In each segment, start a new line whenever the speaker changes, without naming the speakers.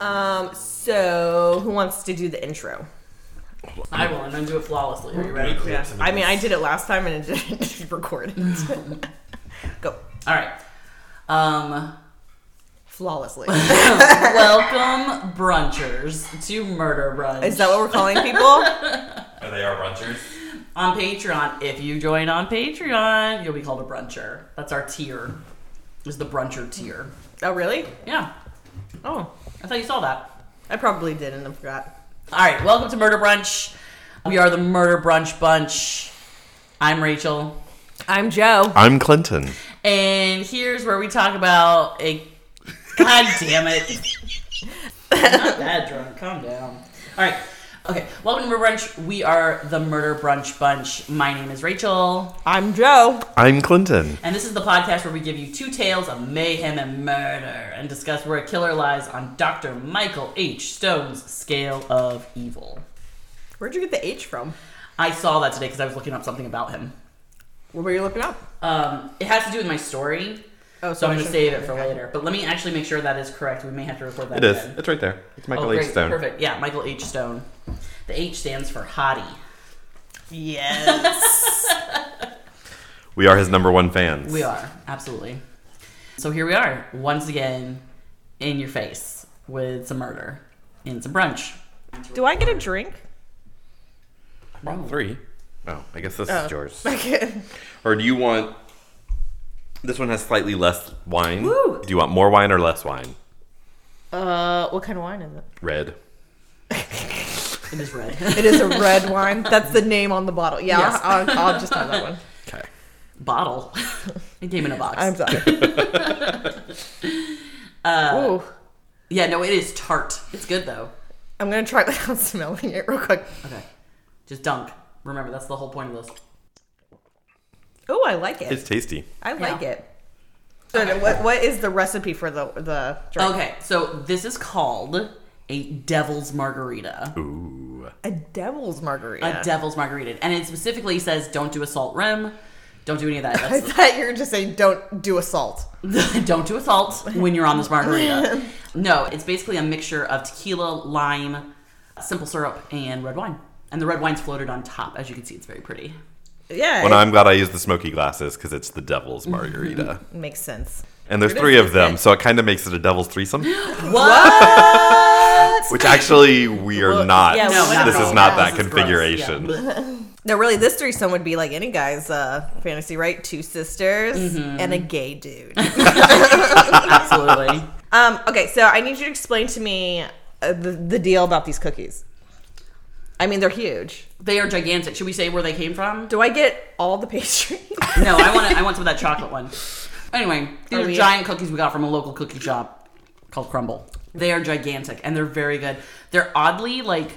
Um, so who wants to do the intro?
I will, and then do it flawlessly. Are you ready?
Yeah. I mean, I did it last time and it didn't record it. Go
All right. Um,
flawlessly.
welcome, brunchers, to Murder Brunch.
Is that what we're calling people?
Are they our brunchers?
on Patreon? If you join on Patreon, you'll be called a bruncher. That's our tier. Is the bruncher tier?
Oh, really?
Yeah.
Oh,
I thought you saw that.
I probably didn't. I forgot.
All right. Welcome to Murder Brunch. We are the Murder Brunch bunch. I'm Rachel.
I'm Joe.
I'm Clinton.
And here's where we talk about a. God damn it. Not that drunk. Calm down. All right. Okay. Welcome to Murder Brunch. We are the Murder Brunch Bunch. My name is Rachel.
I'm Joe.
I'm Clinton.
And this is the podcast where we give you two tales of mayhem and murder and discuss where a killer lies on Dr. Michael H. Stone's scale of evil.
Where'd you get the H from?
I saw that today because I was looking up something about him.
What were you looking up?
Um, it has to do with my story.
Oh,
So I'm going to
shouldn't-
save it for
okay.
later. But let me actually make sure that is correct. We may have to record that
It is.
again.
It's right there. It's Michael
Oh,
H.
great.
Stone.
Perfect. Yeah, Michael H. Stone. The H stands for hottie.
Yes.
We are his number one fans.
We are, absolutely. So here we are, once again, in your face with some murder and some brunch.
Do I get a drink?
Three. Oh, I guess this
Oh.
is yours.
Okay.
Or do you want. This one has slightly less wine.
Woo.
Do you want more wine or less wine?
Uh, what kind of wine is it?
Red.
It is red.
It is a red wine. That's the name on the bottle. Yeah,
Yes.
I'll, I'll, I'll just have that one.
Okay.
Bottle. It came in a box.
I'm sorry. Ooh.
yeah, no, it is tart. It's good though.
I'm gonna try without smelling it real quick.
Okay. Just dunk. Remember, that's the whole point of this.
Oh, I like it.
It's tasty.
I like
Yeah.
it. So what, what is the recipe for the the drink?
Okay, so this is called a devil's margarita.
Ooh.
A devil's margarita.
A devil's margarita. And it specifically says don't do a salt rim. Don't do any of that.
I
That's,
thought you were just saying don't do a salt.
don't do a salt when you're on this margarita. No, it's basically a mixture of tequila, lime, simple syrup, and red wine. And the red wine's floated on top. As you can see, it's very pretty.
Yeah,
When
it
I'm glad I used the smoky glasses because it's the devil's margarita.
makes sense.
and there's
It is
three of them,
good.
so it kind of makes it a devil's threesome,
What?
which actually we are
Well,
not.
yeah,
No, we're not
this
at
is
all.
not
This
that
is gross.
configuration.
Yeah.
No, really, this threesome would be like any guy's uh, fantasy, right? Two sisters
Mm-hmm.
and a gay dude.
Absolutely.
um, okay, so I need you to explain to me uh, the, the deal about these cookies. I mean, they're huge.
They are gigantic. Should we say where they came from?
Do I get all the pastry?
No, I want to, I want some of that chocolate one. Anyway, these
Are
are
we-
giant cookies we got from a local cookie shop called Crumble. They are gigantic and they're very good. They're oddly like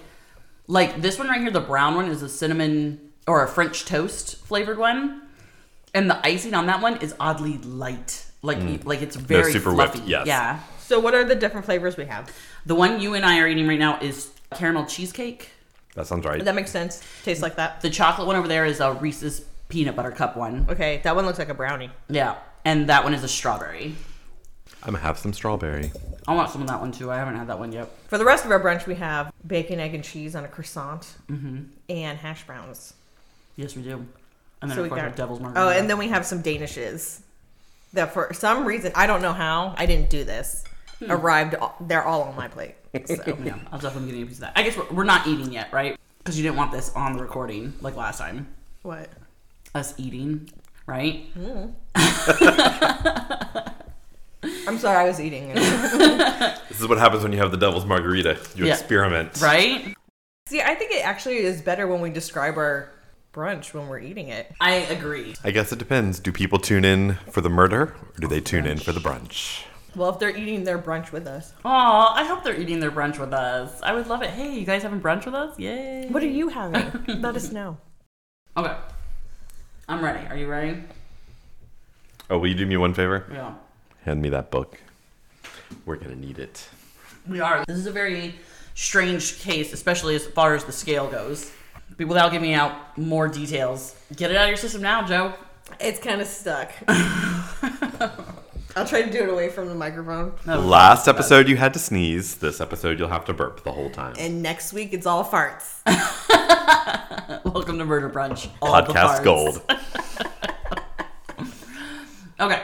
like this one right here, the brown one is a cinnamon or a French toast flavored one, and the icing on that one is oddly light. Like like it's very
Mm. super whipped,
fluffy.
yes.
Yeah.
so, what are the different flavors we have?
The one you and I are eating right now is caramel cheesecake.
That sounds right.
That makes sense. Tastes like that.
The chocolate one over there is a Reese's peanut butter cup one.
Okay, that one looks like a brownie.
Yeah. And that one is a strawberry.
I'm gonna have some strawberry.
I want some of that one too. I haven't had that one yet.
For the rest of our brunch, we have bacon, egg, and cheese on a croissant
Mm-hmm.
and hash browns.
Yes, we do. And then
So
of
we
course
got-
our devil's margarita.
Oh, and then we have some Danishes that, for some reason, I don't know how, I didn't do this,
Hmm.
arrived, all, they're all on my plate. So.
yeah, I'm definitely getting a piece of that. I guess we're, we're not eating yet, right? Because you didn't want this on the recording like last time.
what?
Us eating, right?
Mm-hmm. I'm sorry, I was eating.
This is what happens when you have the devil's margarita. You
Yeah.
experiment.
Right?
See, I think it actually is better when we describe our brunch when we're eating it.
I agree.
I guess it depends. Do people tune in for the murder or do they tune in for the brunch?
Well, if they're eating their brunch with us.
Aw, I hope they're eating their brunch with us. I would love it. Hey, you guys having brunch with us? Yay!
What are you having? Let us know.
Okay, I'm ready. Are you ready?
Oh, will you do me one favor?
Yeah,
Hand me that book. We're gonna need it.
we are. This is a very strange case, especially as far as the scale goes. But without giving out more details, get it out of your system now, Joe.
It's kind of stuck. I'll try to do it away from the microphone.
Last episode you had to sneeze. This episode you'll have to burp the whole time.
And next week it's all farts.
Welcome to Murder Brunch. all the
Podcast
farts.
gold.
Okay.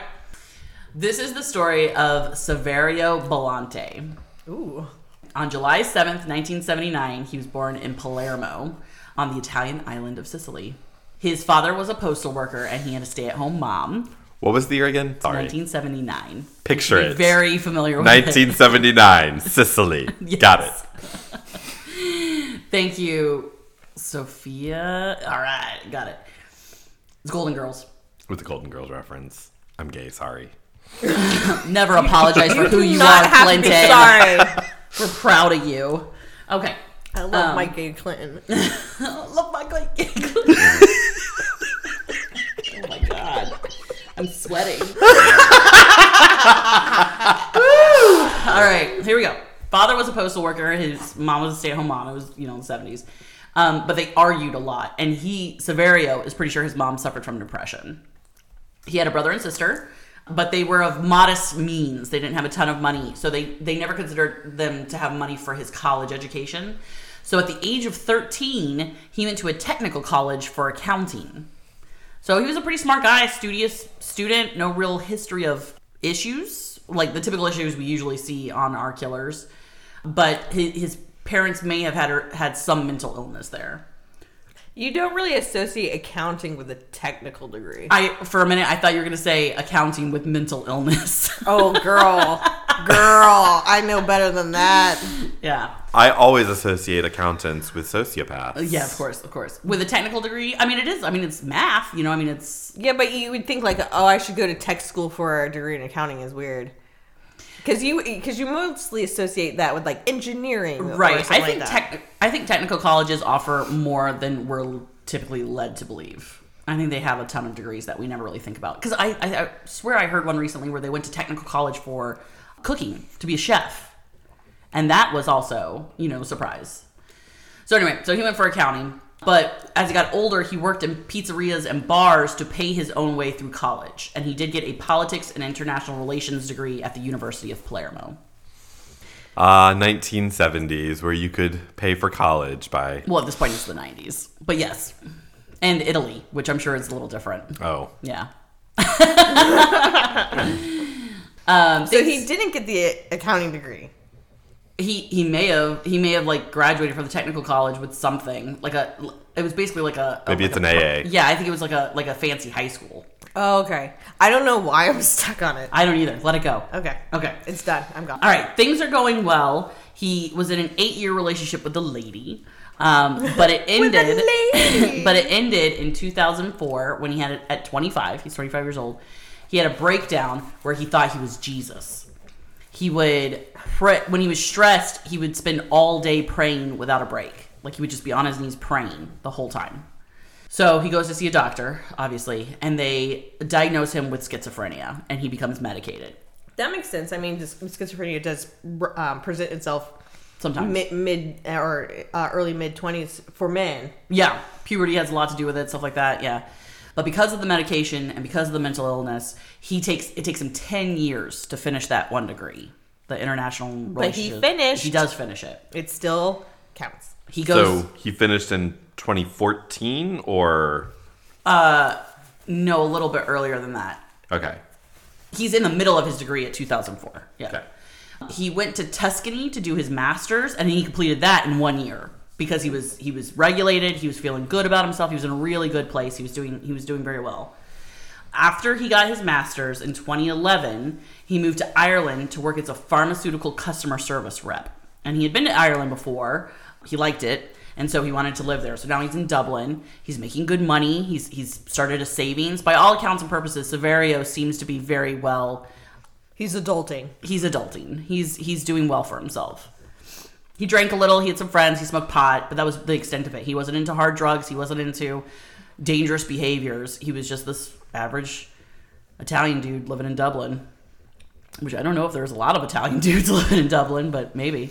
This is the story of Severio Bellante.
Ooh.
On July 7th, 1979, he was born in Palermo on the Italian island of Sicily. His father was a postal worker and he had a stay at home mom.
What was the year again? Sorry.
1979.
Picture
You're
it.
Very familiar with it.
1979, Sicily. Got it.
Thank you, Sophia. All right, got it. It's Golden Girls.
With the Golden Girls reference. I'm gay, sorry.
Never apologize for who you
Not
are,
have to be
Clinton.
sorry.
We're proud of you. Okay.
I love Mike A. Clinton.
Love my Mike. oh my god. I'm sweating. All right, here we go. Father was a postal worker. His mom was a stay-at-home mom. It was, you know, in the 70s. Um, but they argued a lot. And he, Severio, is pretty sure his mom suffered from depression. He had a brother and sister, but they were of modest means. They didn't have a ton of money. So they, they never considered them to have money for his college education. So at the age of 13, he went to a technical college for accounting. So he was a pretty smart guy, studious student, no real history of issues, like the typical issues we usually see on our killers. But his, his parents may have had had some mental illness there.
You don't really associate accounting with a technical degree.
I for a minute I thought you were going to say accounting with mental illness.
Oh, girl. girl. I know better than that.
yeah.
I always associate accountants with sociopaths.
Yeah, of course, of course. With a technical degree, I mean it is. I mean it's math, you know, I mean it's
Yeah, but you would think like, oh, I should go to tech school for a degree in accounting is weird. Because you because you mostly associate that with like engineering, or
right. I
something
think
like that.
tech I think technical colleges offer more than we're typically led to believe. I think they have a ton of degrees that we never really think about. Because I, I, I swear I heard one recently where they went to technical college for cooking to be a chef, and that was also you know a surprise. So anyway, so he went for accounting, but as he got older, he worked in pizzerias and bars to pay his own way through college, and he did get a politics and international relations degree at the University of Palermo.
Uh, 1970s, where you could pay for college by.
Well, at this point, it's the 90s. But yes. And Italy, which I'm sure is a little different.
Oh.
Yeah.
So he didn't get the accounting degree.
He he may have he may have like graduated from the technical college with something like a it was basically like a
Maybe
like
it's
a-
an AA.
Yeah, I think it was like a like a fancy high school.
Oh, okay. I don't know why I'm stuck on it.
I don't either. Let it go.
Okay.
Okay.
It's done. I'm gone.
All right, things are going well. He was in an eight-year relationship with a lady, um, but it
With a
ended.
lady.
but it ended in 2004 when he had it at 25. He's 25 years old. He had a breakdown where he thought he was Jesus. He would pray when he was stressed. He would spend all day praying without a break. Like he would just be on his knees praying the whole time. So he goes to see a doctor, obviously, and they diagnose him with schizophrenia, and he becomes medicated.
That makes sense. I mean, just schizophrenia does um, present itself
Sometimes
mid, mid or uh, early mid twenties for men.
Yeah, puberty has a lot to do with it, stuff like that. Yeah, but because of the medication and because of the mental illness, he takes it takes him ten years to finish that one degree, the international. But
he finished.
He does finish it.
It still counts.
He goes.
So he finished in 2014 or.
no, a little bit earlier than that.
Okay.
He's in the middle of his degree at 2004. Yeah.
Okay.
He went to Tuscany to do his masters, and he completed that in one year because he was he was regulated. He was feeling good about himself. He was in a really good place. He was doing he was doing very well. After he got his master's in 2011, he moved to Ireland to work as a pharmaceutical customer service rep. And he had been to Ireland before. He liked it, and so he wanted to live there. So now he's in Dublin. He's making good money. He's he's started a savings. By all accounts and purposes, Severio seems to be very well
He's adulting.
he's adulting. He's he's doing well for himself. He drank a little. He had some friends. He smoked pot, but that was the extent of it. He wasn't into hard drugs. He wasn't into dangerous behaviors. He was just this average Italian dude living in Dublin, which I don't know if there's a lot of Italian dudes living in Dublin, but maybe.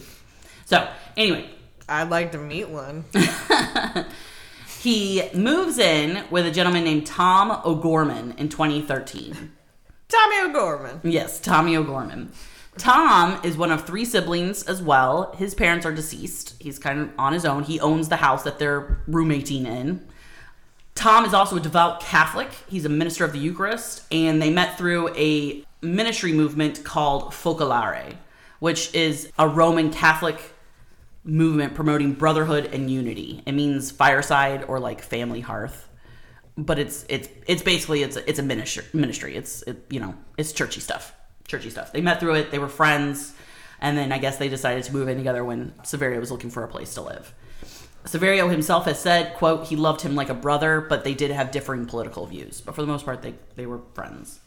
So anyway,
I'd like to meet one.
he moves in with a gentleman named Tom O'Gorman in 2013.
Tommy O'Gorman.
Yes, Tommy O'Gorman. Tom is one of three siblings as well. His parents are deceased. He's kind of on his own. He owns the house that they're roommating in. Tom is also a devout Catholic. He's a minister of the Eucharist, and they met through a ministry movement called Focolare, which is a Roman Catholic movement promoting brotherhood and unity. It means fireside or like family hearth, but it's it's it's basically it's a, it's a ministry ministry. It's it, you know it's churchy stuff, churchy stuff. They met through it. They were friends, and then I guess they decided to move in together when Severio was looking for a place to live. Severio himself has said, "quote He loved him like a brother, but they did have differing political views. But for the most part, they they were friends."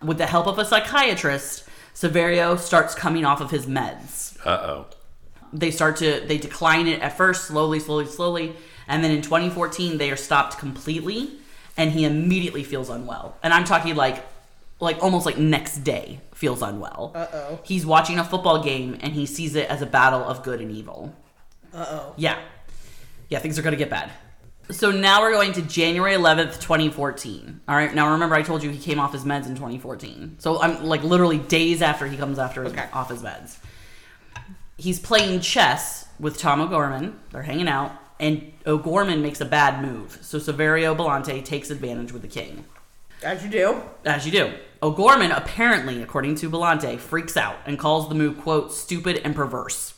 With the help of a psychiatrist, Severio starts coming off of his meds
Uh oh.
they start to they decline it at first slowly slowly slowly and then in 2014 they are stopped completely and he immediately feels unwell and i'm talking like like almost like next day feels unwell uh-oh he's watching a football game and he sees it as a battle of good and evil uh-oh yeah yeah things are gonna get bad so now we're going to January 11th, 2014. All right. Now remember, I told you he came off his meds in 2014. So I'm like literally days after he comes after his, off his meds he's playing chess with Tom O'Gorman. They're hanging out, and O'Gorman makes a bad move. So Severio Belante takes advantage with the king.
As you do.
As you do. O'Gorman apparently, according to Belante, freaks out and calls the move, quote, stupid and perverse.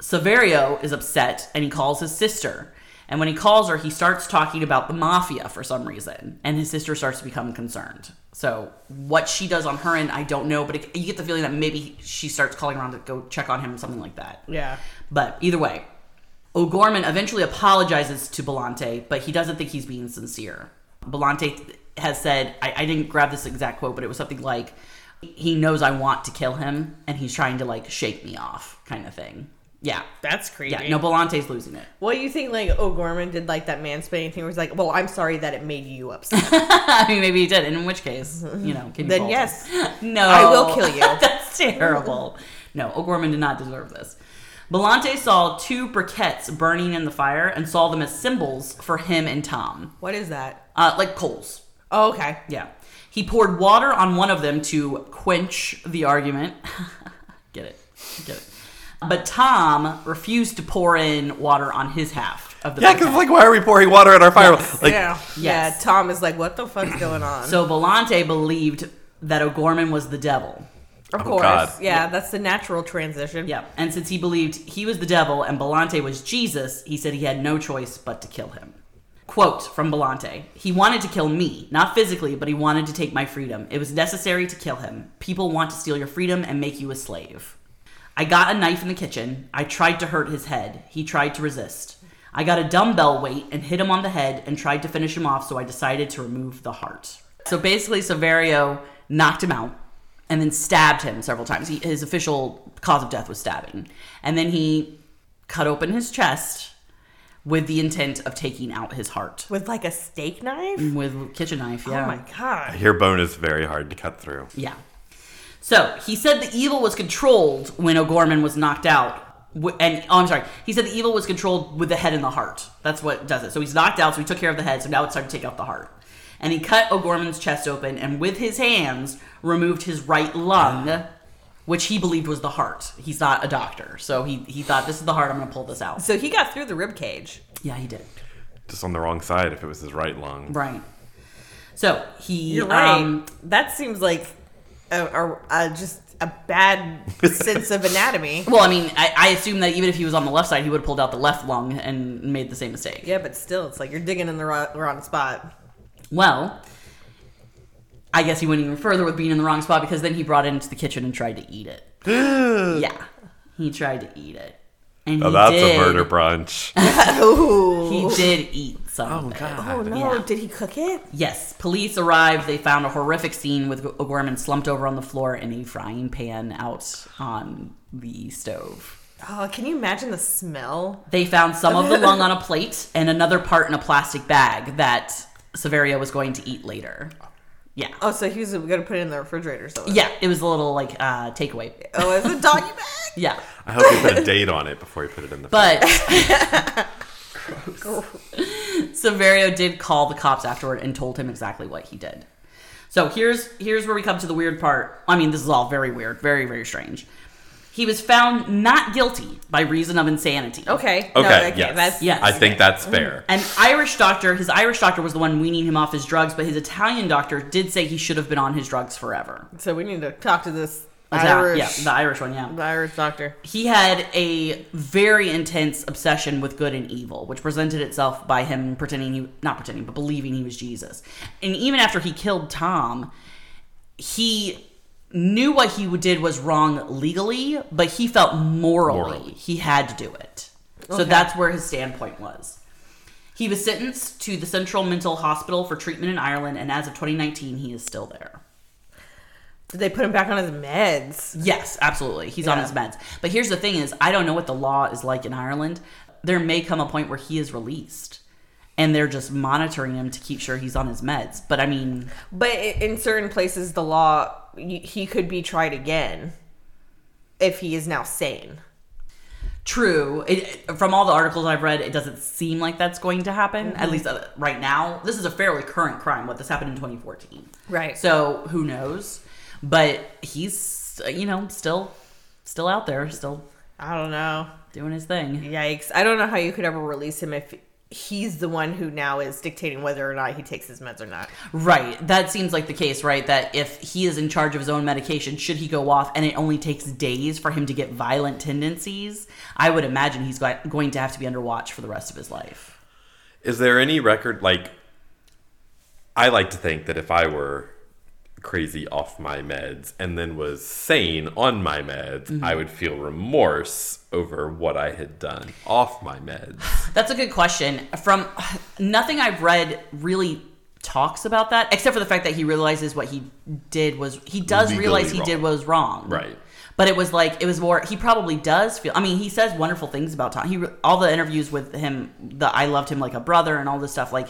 Severio is upset and he calls his sister. And when he calls her, he starts talking about the mafia for some reason. And his sister starts to become concerned. So, what she does on her end, I don't know, but it, you get the feeling that maybe she starts calling around to go check on him, something like that.
Yeah.
But either way, O'Gorman eventually apologizes to Belante, but he doesn't think he's being sincere. Belante has said, I, I didn't grab this exact quote, but it was something like, he knows I want to kill him, and he's trying to like shake me off, kind of thing. Yeah.
That's creepy.
Yeah, no, Belante's losing it.
Well, you think like O'Gorman did like that mansplaining thing where he's like, well, I'm sorry that it made you upset.
I mean, maybe he did, and in which case, you know, can you
then
fault him?
yes.
No.
I will kill you.
That's terrible. No, O'Gorman did not deserve this. Belante saw two briquettes burning in the fire and saw them as symbols for him and Tom,
What is that?
uh, like coals.
Oh, okay.
Yeah. He poured water on one of them to quench the argument. Get it. Get it. But Tom refused to pour in water on his half of the
Yeah,
briquette.
because like, why are we pouring water at our fire? Like,
yeah. Yeah.
Yes.
Tom is like, what the fuck's going on?
So Belante believed that O'Gorman was the devil.
of
Oh,
course.
God.
Yeah, that's the natural transition.
Yeah. And since he believed he was the devil and Belante was Jesus, he said he had no choice but to kill him. Quote from Belante He wanted to kill me, not physically, but he wanted to take my freedom. It was necessary to kill him. People want to steal your freedom and make you a slave. I got a knife in the kitchen. I tried to hurt his head. He tried to resist. I got a dumbbell weight and hit him on the head and tried to finish him off, so I decided to remove the heart. So basically, Severio knocked him out and then stabbed him several times. He, his official cause of death was stabbing. And then he cut open his chest with the intent of taking out his heart
With like a steak knife?
with a kitchen knife. Yeah.
Oh my God.
Your bone is very hard to cut through.
Yeah. So he said the evil was controlled when O'Gorman was knocked out. W- And oh, I'm sorry. He said the evil was controlled with the head and the heart. That's what does it. So he's knocked out. So he took care of the head. So now it's time to take out the heart. And he cut O'Gorman's chest open and with his hands removed his right lung, which he believed was the heart. He's not a doctor, so he he thought this is the heart. I'm going to pull this out.
So he got through the rib cage.
Yeah, he did.
Just on the wrong side if it was his right lung.
Right. So he
You're right.
um,
that seems like a, a, a just a bad sense of anatomy.
Well, I mean, I, I assume that even if he was on the left side, he would have pulled out the left lung and made the same mistake.
Yeah, but still, it's like you're digging in the wrong, wrong spot.
Well, I guess he went even further with being in the wrong spot because then he brought it into the kitchen and tried to eat it. yeah, he tried to eat it, and
Oh,
he
that's
did.
a murder brunch.
Ooh.
He did eat some. of it.
Oh no!
Yeah.
Did he cook it?
Yes, police arrived. They found a horrific scene with O'Gorman slumped over on the floor in a frying pan out on the stove.
Oh, can you imagine the smell?
They found some of the lung on a plate and another part in a plastic bag that Severio was going to eat later. Yeah.
Oh, so he was gonna put it in the refrigerator. So
Yeah, it was a little like uh takeaway.
Oh, it's a doggy bag.
Yeah.
I hope you put a date on it before you put it in the
But Severio did call the cops afterward and told him exactly what he did. So here's here's where we come to the weird part. I mean, this is all very weird, very very strange. He was found not guilty by reason of insanity.
Okay. No,
Okay,
okay.
yes.
That's
Yes. Mm-hmm.
I think that's fair.
An Irish doctor, his Irish doctor was the one weaning him off his drugs, but his Italian doctor did say he should have been on his drugs forever.
So we need to talk to this
Ita-
Irish,
Yeah, the Irish one, yeah.
the Irish doctor.
he had a very intense obsession with good and evil, which presented itself by him pretending he not pretending, but believing he was Jesus. And even after he killed Tom, he knew what he did was wrong legally, but he felt morally,
Morally.
he had to do it. So
Okay.
that's where his standpoint was. He was sentenced to the Central Mental Hospital for treatment in Ireland, and as of 2019, he is still there.
Did they put him back on his meds?
Yes, absolutely. He's on
Yeah.
his meds. But here's the thing is I don't know what the law is like in Ireland. There may come a point where he is released and they're just monitoring him to keep sure he's on his meds. But I mean,
But i- in certain places, the law y- he could be tried again if he is now sane.
true. It, from all the articles I've read, it doesn't seem like that's going to happen.
Mm-hmm.
At least uh, right now. This is a fairly current crime. What this happened in 2014.
Right.
So, who knows? But he's uh, you know, still still out there, still
I don't know.
doing his thing.
Yikes! I don't know how you could ever release him if he's the one who now is dictating whether or not he takes his meds or not.
Right. That seems like the case, right? That if he is in charge of his own medication, should he go off and it only takes days for him to get violent tendencies, I would imagine he's go- going to have to be under watch for the rest of his life.
Is there any record like I like to think that if I were crazy off my meds and then was sane on my meds, I would feel remorse over what I had done off my meds.
That's a good question. From nothing I've read really talks about that, except for the fact that he realizes what he did was he does
Legally
realize he
wrong.
did what was wrong.
Right.
But it was like it was more. He probably does feel. I mean, he says wonderful things about Tom. He re- all the interviews with him. The I loved him like a brother and all this stuff. Like,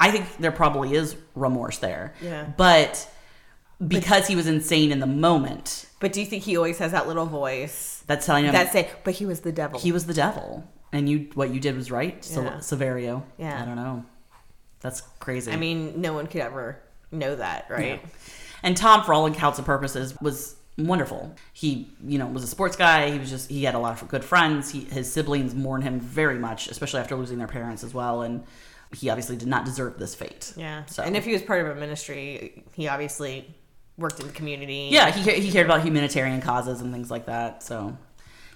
I think there probably is remorse there.
Yeah.
But because he was insane in the moment,
But do you think he always has that little voice
that's telling him
that say, "But he was the devil."
he was the devil and you what you did was right. So
Yeah.
Severio.
Yeah.
I don't know. That's crazy.
I mean, no one could ever know that, right?
And Tom, for all accounts and purposes, was wonderful. He, you know, was a sports guy. He was just he had a lot of good friends. He, his siblings mourn him very much, especially after losing their parents as well. And he obviously did not deserve this fate.
Yeah.
So
And if he was part of a ministry, he obviously worked in the community.
yeah, he ca- he cared about humanitarian causes and things like that. So.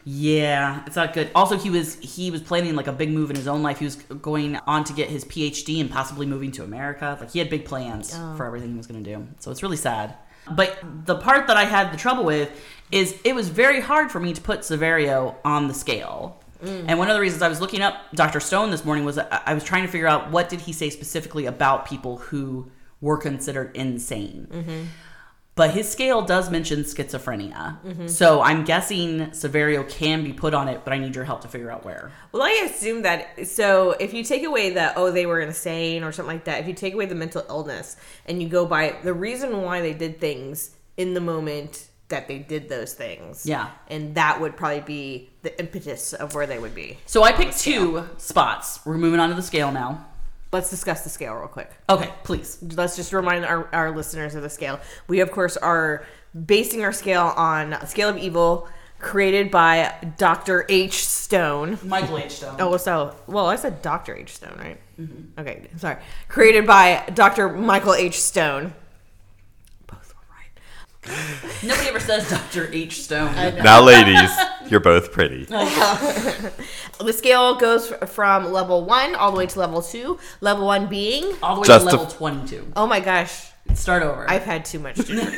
Yeah, it's not good. Also, he was he was planning like a big move in his own life. He was going on to get his PhD and possibly moving to America. Like he had big plans for everything he was going to do. So it's really sad. But the part that I had the trouble with is it was very hard for me to put Severio on the scale. And one of the reasons I was looking up Dr. Stone this morning was I I was trying to figure out what did he say specifically about people who were considered insane but his scale does mention schizophrenia. So I'm guessing Severio can be put on it, but I need your help to figure out where.
Well, I assume that. So if you take away the, oh, they were insane or something like that, if you take away the mental illness and you go by the reason why they did things in the moment that they did those things.
Yeah.
And that would probably be the impetus of where they would be.
So I picked two spots. We're moving on to the scale now.
Let's discuss the scale real quick.
Okay, please.
let's just remind our, our listeners of the scale. We, of course, are basing our scale on a Scale of Evil, created by Dr. H. Stone.
Michael H. Stone.
Oh, so, well, I said Dr. H. Stone, right? Okay, sorry. Created by Dr. Michael H. Stone. Both were right.
Nobody ever says Dr. H. Stone.
now ladies, you're both pretty.
The scale goes f- from level one all the way to level two. Level one being,
All the way
Just
to
a-
level 22.
oh my gosh,
Start over.
I've had too much. to drink.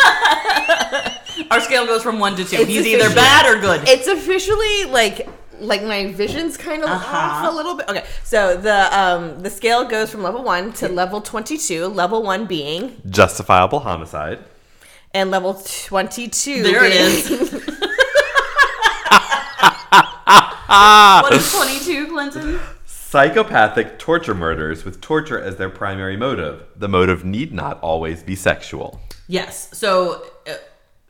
Our scale goes from 1 to 2.
It's
He's
official.
either bad or good.
it's officially like like my vision's kind of off a little bit. Okay, so the um the scale goes from level one to level twenty two. Level one being
Justifiable homicide.
and level twenty two.
there it is. what is 22, Clinton?
Psychopathic torture murders with torture as their primary motive. The motive need not always be sexual.
Yes. So uh,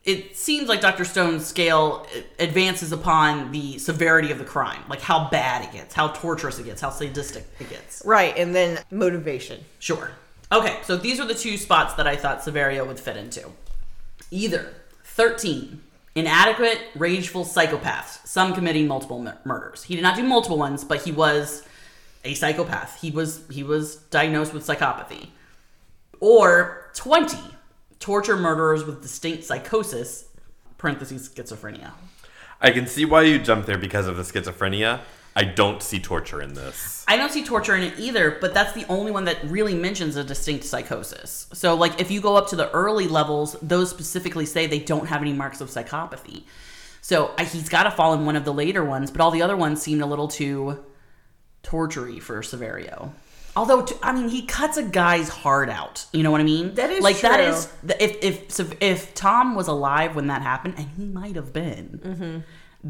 it seems like Dr. Stone's scale uh, advances upon the severity of the crime, like how bad it gets, how torturous it gets, how sadistic it gets.
Right, and then motivation.
Sure. Okay, so these were the two spots that I thought Severio would fit into. Either 13, inadequate, rageful psychopaths, some committing multiple mur- murders. He did not do multiple ones, but he was a psychopath. He was he was diagnosed with psychopathy. Or 20, torture murderers with distinct psychosis, parentheses schizophrenia.
I can see why you jumped there because of the schizophrenia. I don't see torture in this.
I don't see torture in it either, but that's the only one that really mentions a distinct psychosis. So, like, if you go up to the early levels, those specifically say they don't have any marks of psychopathy. So, I, he's got to fall in one of the later ones, but all the other ones seemed a little too tortury for Severio. Although, t- I mean, he cuts a guy's heart out. You know what I mean?
That is
like that
true.
is th- if if Sev- if Tom was alive when that happened, and he might have been,
Mm-hmm.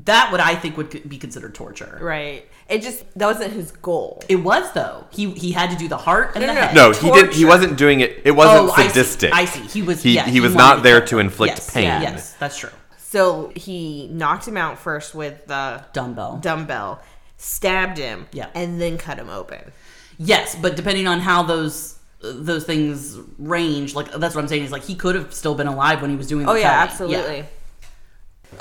that would I think would c- be considered torture.
Right. It just that wasn't his goal.
It was though. He he had to do the heart and
No,
the
no, no.
head. Oh,
No, he did. He
Torture.
wasn't doing it. It wasn't sadistic.
I see. I see. He was.
He-
yeah,
he was
wanted
not there
kill
to
him.
inflict
yes,
pain.
Yes, that's true.
So he knocked him out first with the
Dumbbell.
dumbbell, stabbed him,
Yeah.
and then cut him open.
yes, but depending on how those those things range, like that's what I'm saying is like he could have still been alive when he was doing. The
Oh yeah,
cutting.
absolutely.
Yeah.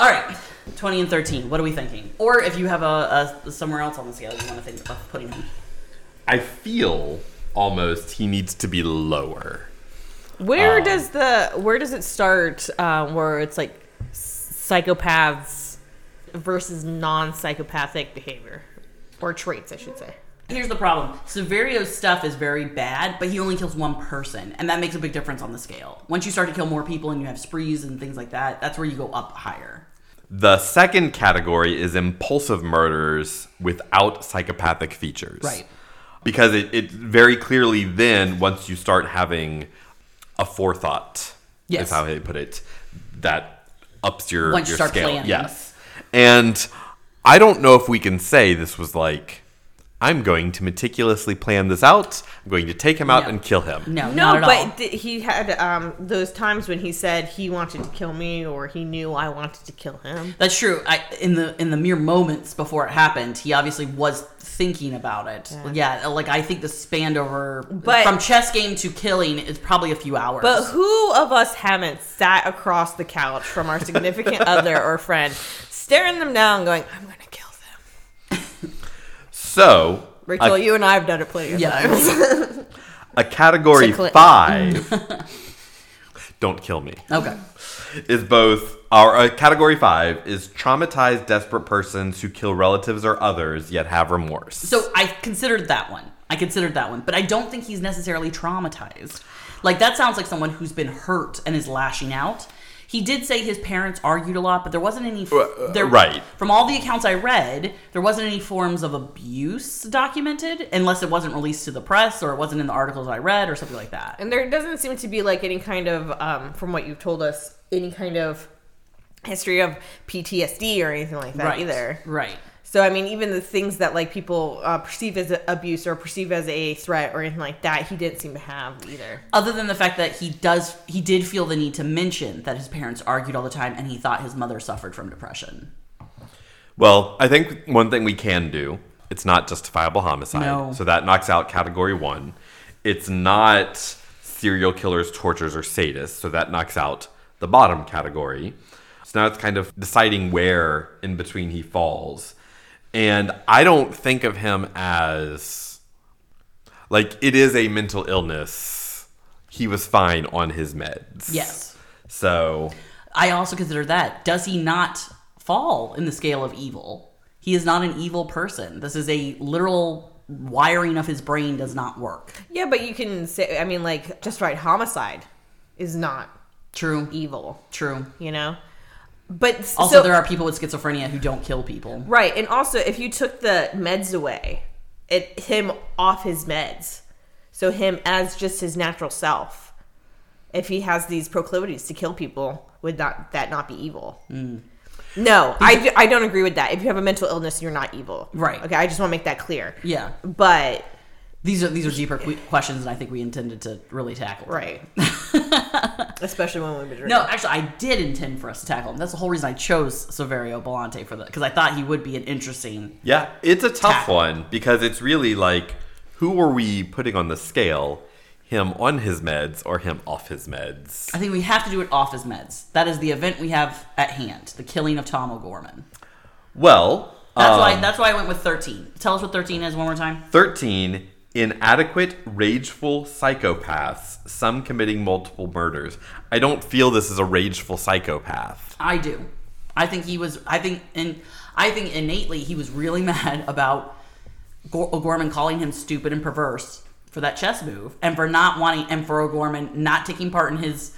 All right, twenty and thirteen. What are we thinking? Or if you have a, a somewhere else on the scale you want to think about putting him.
I feel almost he needs to be lower.
Where
Um,
does the where does it start? Um, where it's like psychopaths versus non-psychopathic behavior or traits, I should say.
Here's the problem. Severio's stuff is very bad, but he only kills one person, and that makes a big difference on the scale. Once you start to kill more people and you have sprees and things like that, that's where you go up higher.
The second category is impulsive murders without psychopathic features.
Right.
Because it, it very clearly then, once you start having a forethought,
Yes.
is how they put it, that ups your,
Once you
your
start
scale.
planning.
Yes. And I don't know if we can say this was like, I'm going to meticulously plan this out. I'm going to take him out
No.
and kill him.
No,
No,
not at all.
but th- he had um, those times when he said he wanted to kill me or he knew I wanted to kill him.
That's true. I, in the in the mere moments before it happened, he obviously was thinking about it. Yeah, like I think the span over
But-
from chess game to killing is probably a few hours.
But who of us haven't sat across the couch from our significant other or friend, staring them down, going, "I'm going to kill them."
So,
Rachel,
a,
you and I have done it plenty of
yeah,
times.
a category
Tickle it.
five. don't kill me.
okay.
is both our uh, category five is traumatized desperate persons who kill relatives or others yet have remorse.
So I considered that one. I considered that one, but I don't think he's necessarily traumatized. Like that sounds like someone who's been hurt and is lashing out. He did say his parents argued a lot, but there wasn't any. There,
right.
From all the accounts I read, there wasn't any forms of abuse documented, unless it wasn't released to the press or it wasn't in the articles I read or something like that.
And there doesn't seem to be like any kind of, um, from what you've told us, any kind of history of PTSD or anything like that either.
Right.
So I mean, even the things that like people uh, perceive as abuse or perceive as a threat or anything like that, he didn't seem to have either.
Other than the fact that he does, he did feel the need to mention that his parents argued all the time, and he thought his mother suffered from depression.
well, I think one thing we can do it's not justifiable homicide.
No.
So that knocks out category one. It's not serial killers, tortures, or sadists. So that knocks out the bottom category. So now it's kind of deciding where in between he falls. And I don't think of him as like it is a mental illness. He was fine on his meds.
Yes.
So
I also consider that. Does he not fall in the scale of evil? He is not an evil person. This is a literal wiring of his brain does not work.
Yeah, but you can say, I mean, like just right, homicide is not
True. E-
evil,
True.
you know. But s-
Also,
so-
there are people with schizophrenia who don't kill people.
right, and also if you took the meds away, it him off his meds, so him as just his natural self. If he has these proclivities to kill people, would not that not be evil?
Mm.
No, I, d- I don't agree with that. If you have a mental illness, you're not evil.
Right.
Okay, I just want to make that clear.
Yeah.
But
These are these are deeper que- questions, and I think we intended to really tackle.
right, especially when we've been drinking.
No, actually, I did intend for us to tackle him. That's the whole reason I chose Severio Belante for the because I thought he would be an interesting.
Yeah, it's a tough
Tackle.
one because it's really like who are we putting on the scale? him on his meds or him off his meds.
I think we have to do it off his meds. That is the event we have at hand: the killing of Tom O'Gorman.
Well,
That's
um,
why. That's why I went with thirteen. Tell us what thirteen is one more time.
13 inadequate rageful psychopaths some committing multiple murders i don't feel this is a rageful psychopath
I do. I think he was. I think and I think innately he was really mad about Gor- O'Gorman calling him stupid and perverse for that chess move, and for not wanting, and for O'Gorman not taking part in his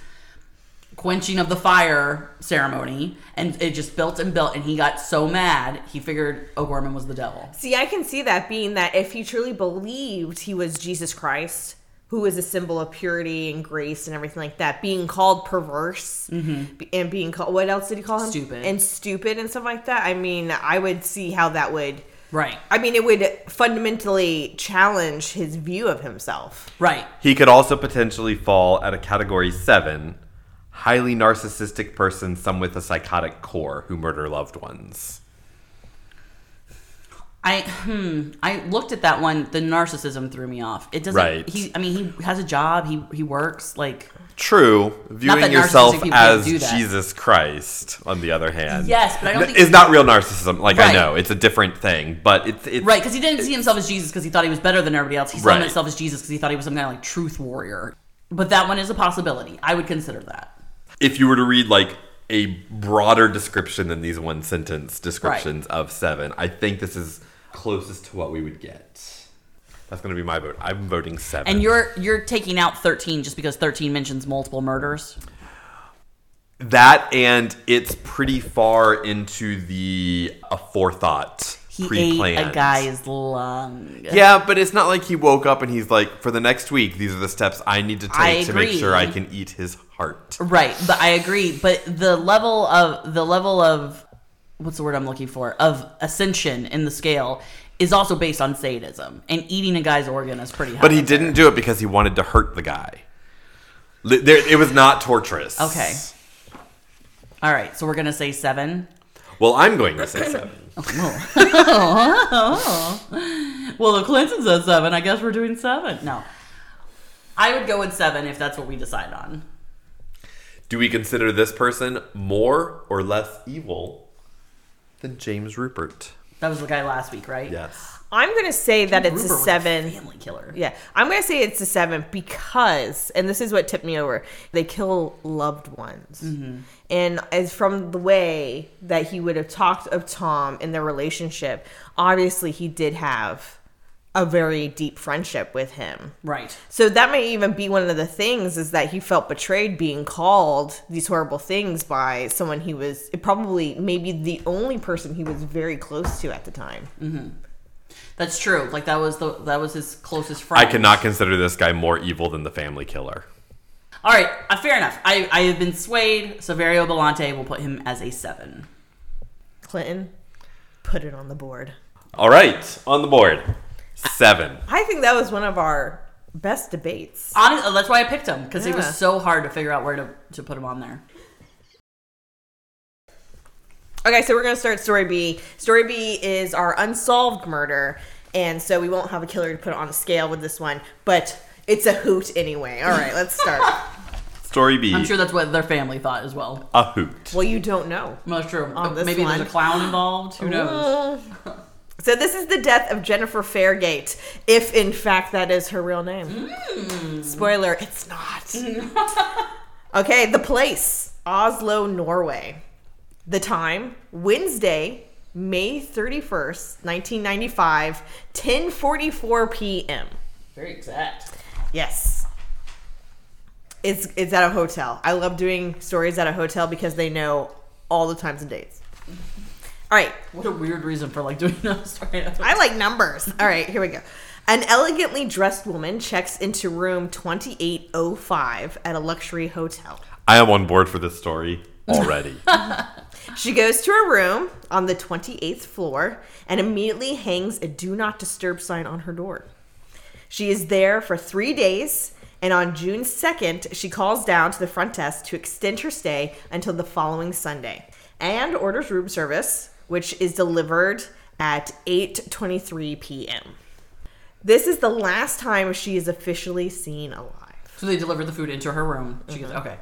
quenching of the fire ceremony, and it just built and built, and he got so mad he figured O'Gorman was the devil.
See, I can see that being that if he truly believed he was Jesus Christ, who is a symbol of purity and grace and everything like that, being called perverse b- and being called what else did he call him?
Stupid.
and stupid and stuff like that. I mean, I would see how that would.
Right.
I mean, it would fundamentally challenge his view of himself.
Right.
he could also potentially fall at a category 7 highly narcissistic person some with a psychotic core who murder loved ones
I hmm. I looked at that one. The narcissism threw me off. It doesn't.
Right.
He. I mean, he has a job. He he works. Like.
true
that
viewing
narcissistic
yourself
people
as
do that.
jesus christ on the other hand
Yes, but I don't think-
it's not real narcissism like i
Right.
know it's a different thing but it's, it's
Right, because he didn't see himself as Jesus because he thought he was better than everybody else. He saw
Right.
himself as Jesus because he thought he was some kind of like truth warrior. But that one is a possibility. I would consider that.
if you were to read like a broader description than these one sentence descriptions of seven, I think this is closest to what we would get. That's going to be my vote. I'm voting seven.
And you're you're taking out thirteen just because thirteen mentions multiple murders.
that, and it's pretty far into the aforethought
He
pre-planned.
ate a guy's lung.
Yeah, but it's not like he woke up and he's like, for the next week, these are the steps I need to
I
take to make
agree.
sure I can eat his heart.
Right, but I agree. But the level of the level of what's the word I'm looking for of ascension in the scale is also based on sadism, and eating a guy's organ is pretty. High
But he
up there.
didn't do it because he wanted to hurt the guy. Li- There, it was not torturous.
Okay. All right, so we're gonna say seven.
Well, I'm going to say seven.
Well, the Clinton's at seven. I guess we're doing seven. No. I would go with seven if that's what we decide on.
Do we consider this person more or less evil than James Rupert?
That was the guy last week, right?
Yes.
I'm gonna say that it's
Rupert
a
was
seven.
family killer.
Yeah, I'm gonna say it's a seven because, and this is what tipped me over. They kill loved ones, and as from the way that he would have talked of Tom in their relationship, obviously he did have a very deep friendship with him.
Right.
So that may even be one of the things is that he felt betrayed being called these horrible things by someone he was probably maybe the only person he was very close to at the time.
That's true. Like that was the that was his closest
I
friend.
cannot consider this guy more evil than the family killer.
All right. Uh, fair enough. I I have been swayed. Severio Belante will put him as a seven.
Clinton, put it on the board.
All right, on the board. Seven.
I think that was one of our best debates.
Honest, uh, that's why I picked him because it
Yeah.
was so hard to figure out where to to put him on there.
Okay, so we're going to start story B. Story B is our unsolved murder, and so we won't have a killer to put on a scale with this one, but it's a hoot anyway. All right, let's start.
Story B.
I'm sure that's what their family thought as well.
a hoot.
well, you don't know.
Well, that's true.
On this
Maybe
one.
there's a clown involved. Who knows?
So this is the death of Jennifer Fairgate, if in fact that is her real name. Spoiler, it's not. okay, the place, Oslo, Norway. The time, Wednesday, May 31st, 1995, 10:44 p.m.
Very exact.
Yes. It's it's at a hotel. I love doing stories at a hotel because they know all the times and dates. All right,
What a weird reason for like doing that story.
I like numbers. All right, here we go. An elegantly dressed woman checks into room 2805 at a luxury hotel.
I am on board for this story already.
She goes to her room on the 28th floor and immediately hangs a do not disturb sign on her door. She is there for three days, and on June 2nd, she calls down to the front desk to extend her stay until the following Sunday and orders room service, which is delivered at 8:23 p.m. This is the last time she is officially seen alive.
So they deliver the food into her room. She goes,
Mm-hmm.
okay.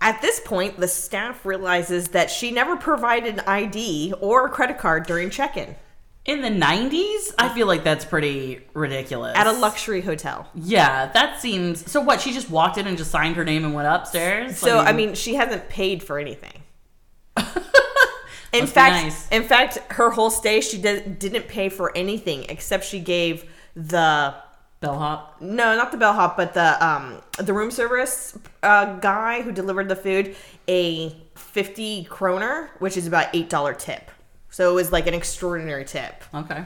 At this point, the staff realizes that she never provided an ID or a credit card during check in
In the 90s, I feel like that's pretty ridiculous.
at a luxury hotel.
Yeah, that seems. So what? She just walked in and just signed her name and went upstairs.
So I mean, she hasn't paid for anything. in
Must be
fact,
nice.
in fact, her whole stay she did, didn't pay for anything except she gave the
bellhop.
no, not the bellhop, but the um the room service uh, guy who delivered the food a fifty kroner, which is about eight dollar tip. So it was like an extraordinary tip.
Okay.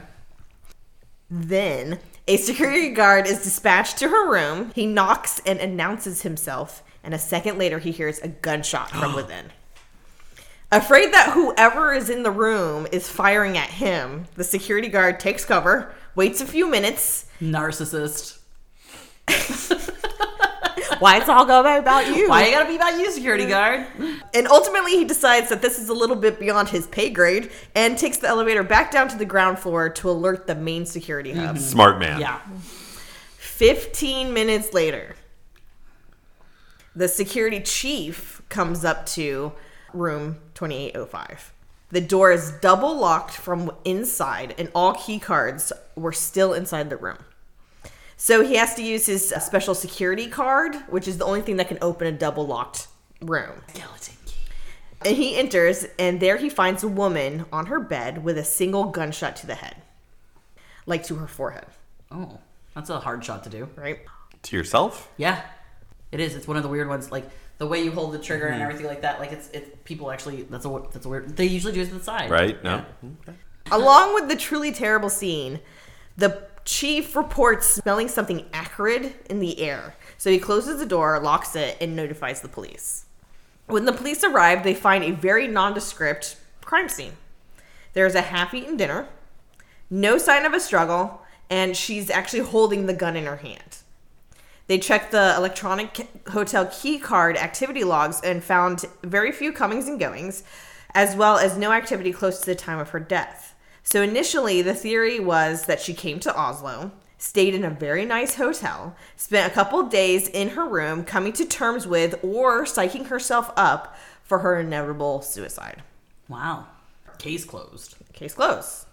Then a security guard is dispatched to her room. He knocks and announces himself, and a second later, he hears a gunshot from within. Afraid that whoever is in the room is firing at him, the security guard takes cover, waits a few minutes.
Narcissist.
Why it's all go about you?
Why you gotta be about you, security guard?
And ultimately, he decides that this is a little bit beyond his pay grade and takes the elevator back down to the ground floor to alert the main security hub.
Smart man.
Yeah.
15 minutes later, the security chief comes up to room 2805. The door is double locked from inside, and all key cards were still inside the room. So he has to use his uh, special security card, which is the only thing that can open a double locked room.
Skeleton key.
And he enters, and there he finds a woman on her bed with a single gunshot to the head, like to her forehead,
Oh, that's a hard shot to do.
right?
To yourself?
Yeah, it is. It's one of the weird ones. Like the way you hold the trigger
Mm-hmm.
and everything like that. Like it's it's people actually. That's a that's a weird. They usually do it to the side.
Right? No? Hmm?
Along with the truly terrible scene, the chief reports smelling something acrid in the air. So he closes the door, locks it, and notifies the police. When the police arrive, they find a very nondescript crime scene. There's a half eaten dinner, no sign of a struggle, and she's actually holding the gun in her hand. They checked the electronic hotel key card activity logs and found very few comings and goings, as well as no activity close to the time of her death. So initially, the theory was that she came to Oslo, stayed in a very nice hotel, spent a couple days in her room, coming to terms with or psyching herself up for her inevitable suicide.
Wow. Case closed.
Case closed.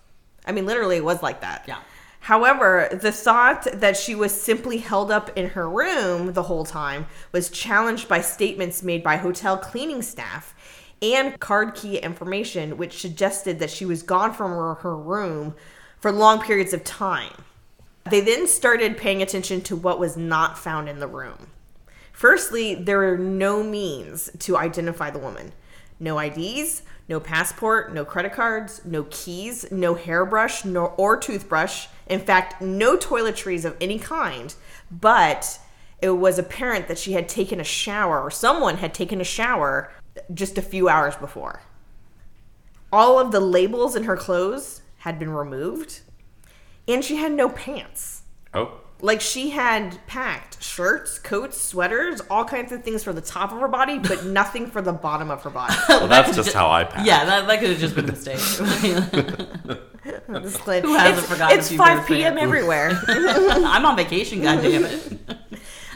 I mean, literally, it was like that.
Yeah.
However, the thought that she was simply held up in her room the whole time was challenged by statements made by hotel cleaning staff and card key information, which suggested that she was gone from her, her room for long periods of time. They then started paying attention to what was not found in the room. Firstly, there were no means to identify the woman. No IDs, no passport, no credit cards, no keys, no hairbrush nor or toothbrush. In fact, no toiletries of any kind. But it was apparent that she had taken a shower or someone had taken a shower just a few hours before. All of the labels in her clothes had been removed, and she had no pants
Oh.
like she had packed shirts, coats, sweaters, all kinds of things for the top of her body, but nothing for the bottom of her body.
Well, that's just how I pack.
Yeah, that, that could have just been a mistake.
Just like-
hasn't
it's,
forgotten
It's
a few
5
pairs of
p.m.
pants?
everywhere.
I'm on vacation. God damn it.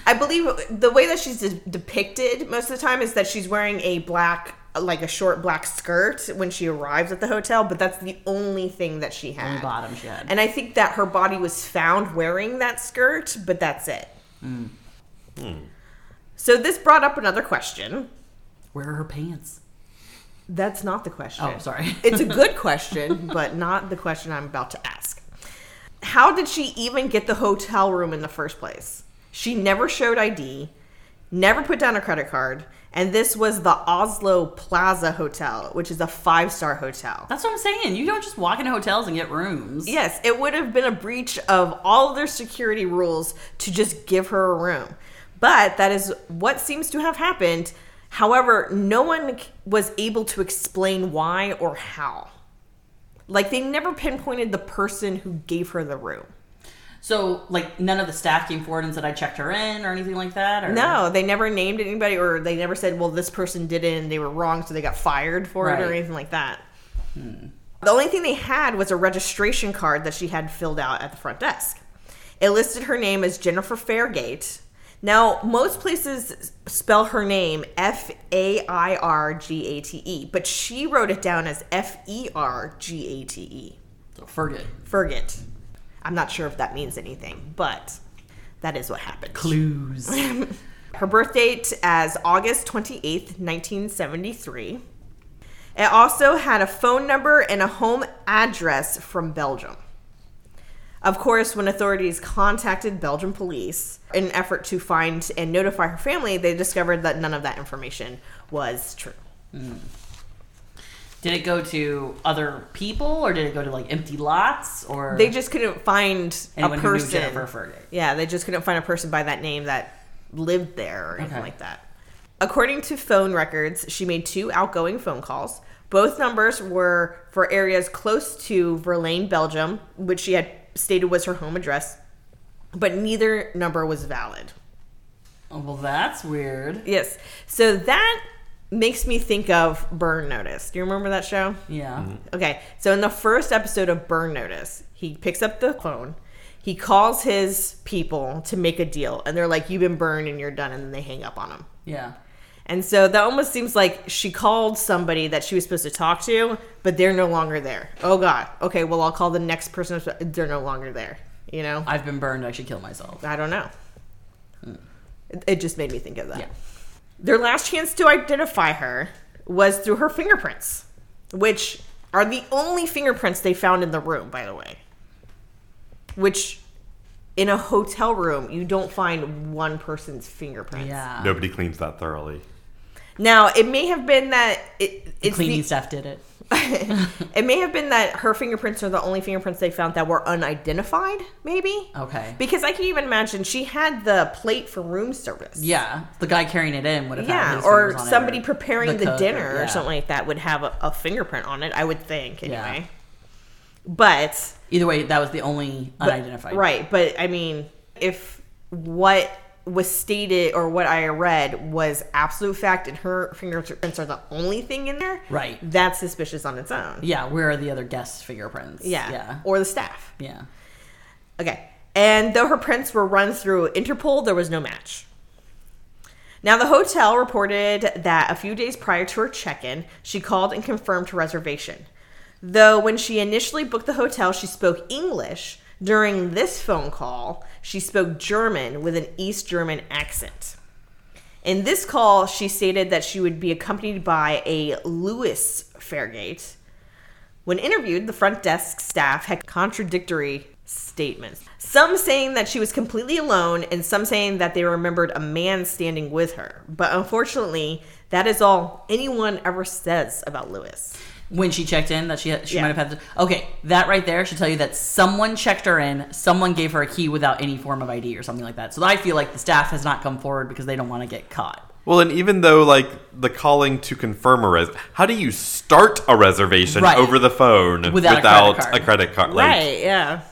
I believe the way that she's de- depicted most of the time is that she's wearing a black, like a short black skirt when she arrives at the hotel, but that's the only thing that she had.
Bottom shed.
And I think that her body was found wearing that skirt, but that's it.
Mm.
So this brought up another question.
Where are her pants?
That's not the question.
Oh, sorry.
it's a good question, but not the question I'm about to ask. How did she even get the hotel room in the first place? She never showed ID, never put down a credit card, and this was the Oslo Plaza Hotel, which is a five star hotel.
That's what I'm saying. You don't just walk into hotels and get rooms.
Yes, it would have been a breach of all their security rules to just give her a room. But that is what seems to have happened. However, no one c- was able to explain why or how. Like, they never pinpointed the person who gave her the room.
So like none of the staff came forward and said I checked her in or anything like that. Or
No, they never named anybody or they never said, well, this person did it and they were wrong, so they got fired for it or
Right.
anything like that. The only thing they had was a registration card that she had filled out at the front desk. It listed her name as Jennifer Fairgate. Now, most places spell her name F A I R G A T E, but she wrote it down as F E R G A T E.
So Fergus.
Fergat. I'm not sure if that means anything, but that is what happened.
Clues.
Her birth date as August 28th, 1973. It also had a phone number and a home address from Belgium. Of course, when authorities contacted Belgian police in an effort to find and notify her family, they discovered that none of that information was true.
did it go to other people or did it go to like empty lots or
They just couldn't find
anyone
a
who knew
person.
Jennifer Fergus?
Yeah, they just couldn't find a person by that name that lived there or anything
Okay.
like that. According to phone records, she made two outgoing phone calls. Both numbers were for areas close to Verlaine, Belgium, which she had stated was her home address, but neither number was valid.
Oh, well, that's weird.
Yes. So that makes me think of Burn Notice. Do you remember that show?
Yeah.
Okay, so in the first episode of Burn Notice, he picks up the phone, he calls his people to make a deal, and they're like, "You've been burned and you're done," and then they hang up on him.
Yeah.
And so that almost seems like she called somebody that she was supposed to talk to, but they're no longer there. Oh God. Okay, well I'll call the next person. I'm sp- They're no longer there. You know,
I've been burned. I should kill myself.
I don't know. It- It just made me think of that.
Yeah.
Their last chance to identify her was through her fingerprints, which are the only fingerprints they found in the room, by the way. Which, in a hotel room, you don't find one person's fingerprints.
Yeah.
Nobody cleans that thoroughly.
Now, it may have been that it, it's
Cleaning
the,
staff did it.
it may have been that her fingerprints are the only fingerprints they found that were unidentified. Maybe
Okay.
because I can even imagine she had the plate for room service.
yeah. The guy carrying it in would have had
Yeah,
his fingers
or
on it,
somebody preparing the,
cook
dinner or,
yeah.
something like that would have a, a fingerprint on it, I would think,
Yeah.
anyway. But,
Either way, that was the only
but-
unidentified.
Right, but I mean, if what was stated or what I read was absolute fact and her fingerprints are the only thing in there,
Right.
that's suspicious on its own.
Yeah. Where are the other guests' fingerprints?
Yeah.
Yeah.
Or the staff.
Yeah.
Okay. And though her prints were run through Interpol, there was no match. Now, the hotel reported that a few days prior to her check in, she called and confirmed her reservation. Though, when she initially booked the hotel, she spoke English. During this phone call, she spoke German with an East German accent. In this call, she stated that she would be accompanied by a Lewis Fairgate. When interviewed, the front desk staff had contradictory statements. Some saying that she was completely alone, and some saying that they remembered a man standing with her. But unfortunately, that is all anyone ever says about Lewis.
When she checked in, that she had, she
Yeah.
might have had. To, okay, that right there should tell you that someone checked her in. Someone gave her a key without any form of ID or something like that. So I feel like the staff has not come forward because they don't want to get caught.
Well, and even though like the calling to confirm a res, how do you start a reservation
Right.
over the phone
Without a
without
credit card.
a credit card? Like,
right, yeah.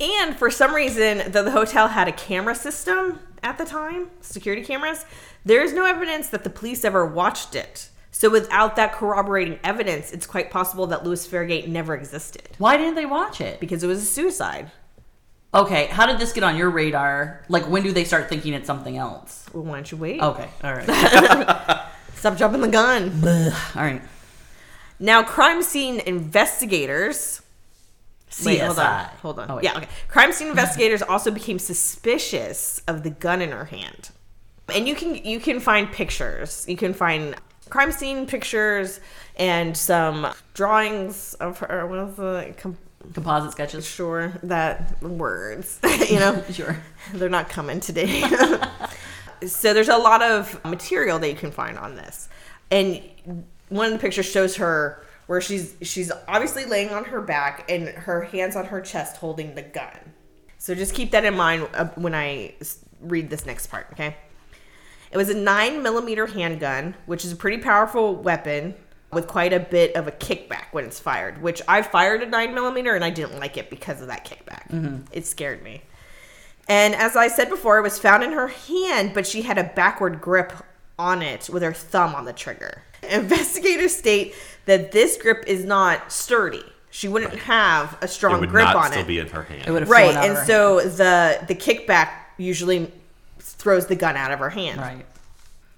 And for some reason, though the hotel had a camera system at the time, security cameras, there is no evidence that the police ever watched it. So without that corroborating evidence, it's quite possible that Lewis Fairgate never existed.
Why didn't they watch it?
because it was a suicide.
Okay, how did this get on your radar? Like, when do they start thinking it's something else?
Well, why don't you wait?
Okay, all right,
Stop jumping the gun.
all right.
Now, crime scene investigators.
CSI.
Wait, hold on. Hold on.
Oh, wait.
yeah, okay. Crime scene investigators also became suspicious of the gun in her hand. And you can you can find pictures. You can find crime scene pictures and some drawings of her. What was the com-
Composite sketches.
sure that words? you know,
Sure.
they're not coming today. so there's a lot of material that you can find on this. And one of the pictures shows her where she's she's obviously laying on her back and her hands on her chest holding the gun. So just keep that in mind uh, when I s- read this next part, okay? It was a 9 millimeter handgun, which is a pretty powerful weapon with quite a bit of a kickback when it's fired, which I fired a 9 millimeter and I didn't like it because of that kickback.
Mm-hmm.
It scared me. And as I said before, it was found in her hand, but she had a backward grip on it with her thumb on the trigger. Investigators state that this grip is not sturdy. She wouldn't have a
It
strong
would
grip
not
on
still
it
be in her hand.
It would have
right and so the the kickback usually throws the gun out of her hand.
Right.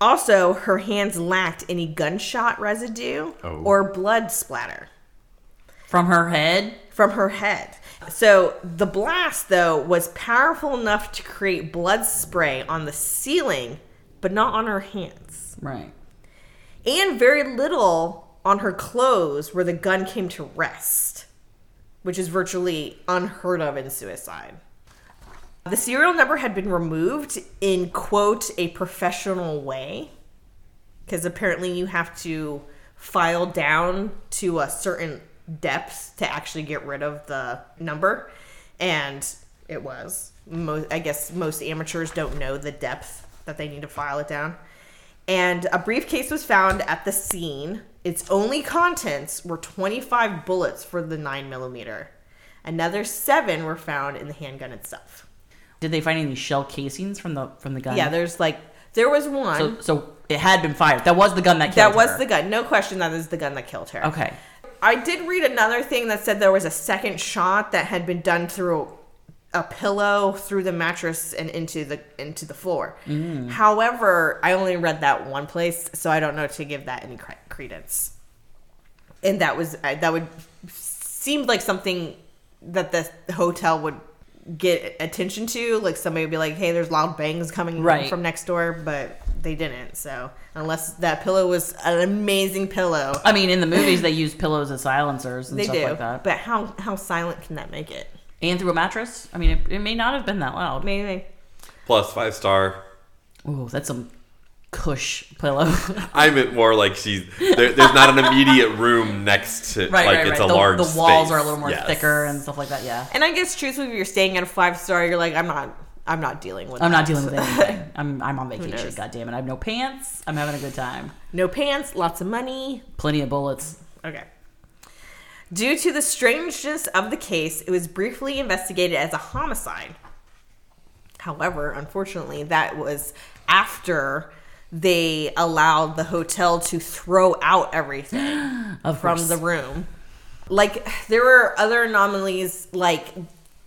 Also, her hands lacked any gunshot residue
Oh.
or blood splatter
From her head.
from her head. So, the blast, though, was powerful enough to create blood spray on the ceiling, but not on her hands.
Right.
And very little on her clothes where the gun came to rest, which is virtually unheard of in suicide. The serial number had been removed in, quote, a professional way, because apparently you have to file down to a certain depth to actually get rid of the number. And it was. Mo I guess most amateurs don't know the depth that they need to file it down. And a briefcase was found at the scene. Its only contents were 25 bullets for the 9mm. Another seven were found in the handgun itself.
Did they find any shell casings from the from the gun?
Yeah, there's like there was one
So, so it had been fired. That was the gun that killed
that was
her.
the gun. No question, that is the gun that killed her.
Okay.
I did read another thing that said there was a second shot that had been done through a pillow, through the mattress, and into the into the floor. However, I only read that one place, so I don't know to give that any cre- credence. And that was I- that would seemed like something that the hotel would get attention to. Like somebody would be like, "Hey, there's loud bangs coming
Right.
from next door," but they didn't. So unless that pillow was an amazing pillow,
I mean, in the movies, they use pillows as silencers and
they
stuff
do,
like that.
but how how silent can that make it?
and through a mattress. I mean, it, it may not have been that loud.
Maybe
Plus five star.
Ooh, that's some cush pillow.
I meant more like she's there, there's not an immediate room next to like it's a
the,
large.
the walls
space.
are a little more
Yes.
thicker and stuff like that. Yeah.
And I guess truthfully, if you're staying at a five star, you're like, I'm not, I'm not dealing with.
I'm not
that.
dealing with anything. I'm I'm on vacation.
knows?
God damn it! I have no pants. I'm having a good time.
No pants, lots of money.
Plenty of bullets.
Okay. Due to the strangeness of the case, it was briefly investigated as a homicide. However, unfortunately, that was after they allowed the hotel to throw out everything.
Of
from
course.
the room. Like there were other anomalies. Like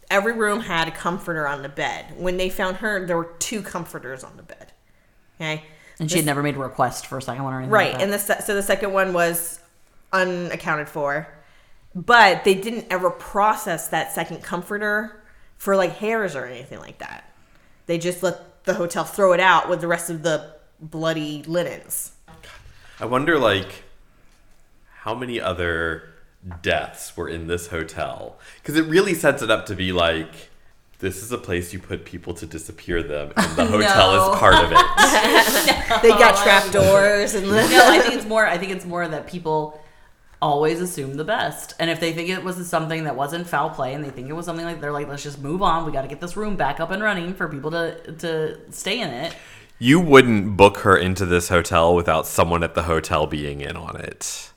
every room had a comforter on the bed. When they found her, there were two comforters on the bed. Okay,
and she had never made a request for a second one or anything.
right.
like that.
And the se- so the second one was unaccounted for, but they didn't ever process that second comforter for like hairs or anything like that. They just let the hotel throw it out with the rest of the bloody linens.
I wonder like how many other deaths were in this hotel because it really sets it up to be like this is a place you put people to disappear them and the hotel
No.
is part of it.
They got trap doors and
no, I think it's more. I think it's more that people always assume the best, and if they think it was something that wasn't foul play, and they think it was something like they're like, let's just move on. We got to get this room back up and running for people to to stay in it.
You wouldn't book her into this hotel without someone at the hotel being in on it.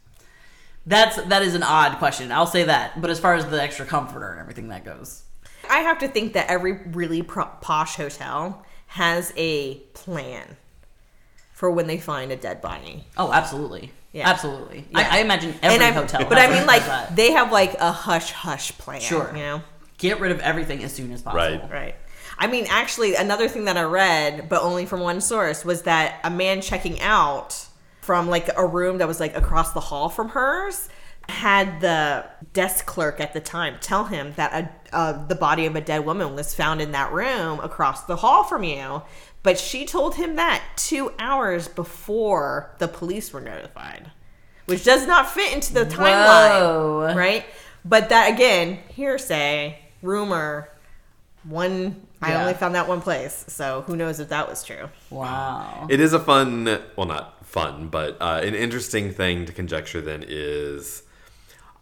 That's that is an odd question. I'll say that. But as far as the extra comforter and everything that goes,
I have to think that every really pro- posh hotel has a plan for when they find a dead body.
oh, absolutely,
Yeah.
absolutely.
Yeah.
I, I imagine every
I'm-
hotel,
but
has
I mean,
something
like
that.
they have like a hush hush plan.
Sure.
you know,
get rid of everything as soon as possible.
Right.
right? I mean, actually, another thing that I read, but only from one source, was that a man checking out from like a room that was like across the hall from hers had the desk clerk at the time tell him that a, uh, the body of a dead woman was found in that room across the hall from you but she told him that two hours before the police were notified which does not fit into the timeline
Whoa.
right but that again hearsay rumor one i
Yeah.
only found that one place so who knows if that was true
Wow.
It is a fun, well, not fun, but uh, an interesting thing to conjecture then is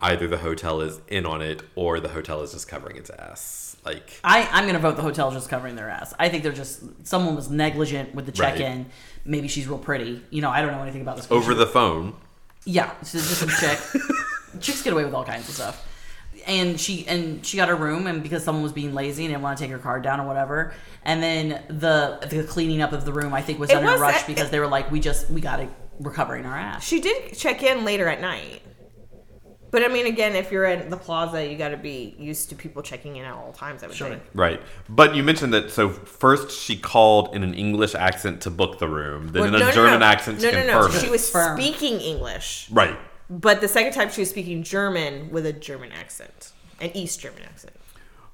either the hotel is in on it or the hotel is just covering its ass. Like,
I, I'm going to vote the hotel's just covering their ass. I think they're just someone was negligent with the
Right.
check in. Maybe she's real pretty. You know, I don't know anything about this. Case.
over the phone.
yeah, she's just some chick. Chicks get away with all kinds of stuff. And she and she got her room, and because someone was being lazy and didn't want to take her card down or whatever, and then the the cleaning up of the room I think was
It
under
was-
rush because they were like, we just we got to we're covering our ass.
she did check in later at night But I mean, again, if you're in the plaza, you got to be used to people checking in at all times. I would think.
Right. But you mentioned that so first she called in an English accent to book the room, then
Well,
in a
no, no,
German
no.
accent to
No, no,
confirm.
no.
it.
She was
Confirm.
speaking English,
right.
but the second time she was speaking German with a German accent, an East German accent.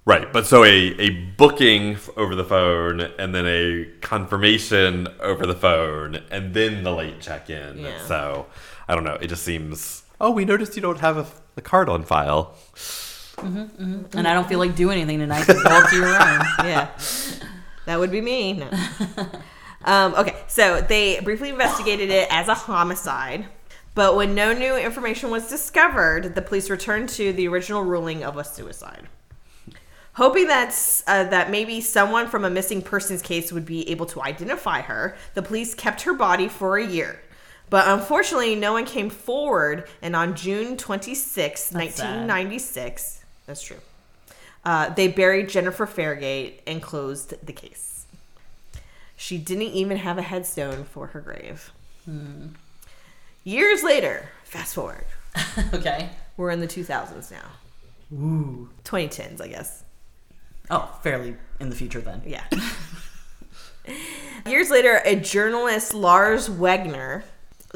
Right. But so a, a booking f- over the phone and then a confirmation over the phone and then the late check in.
Yeah.
So I don't know. It just seems, oh, we noticed you don't have a, a card on file.
And I don't feel like doing anything tonight. So go up to your room.
yeah. That would be me. No. Um, okay, so they briefly investigated it as a homicide, but when no new information was discovered, the police returned to the original ruling of a suicide. Hoping that uh, that maybe someone from a missing persons case would be able to identify her, the police kept her body for a year. But unfortunately, no one came forward, and on June twenty sixth,
That's sad.
1996, that's true, uh, they buried Jennifer Fairgate and closed the case. She didn't even have a headstone for her grave. Hmm. Years later, fast forward,
Okay.
we're in the 2000s now.
Ooh.
2010s, I guess.
Oh, fairly in the future then.
Yeah. Years later, a journalist, Lars Wegner,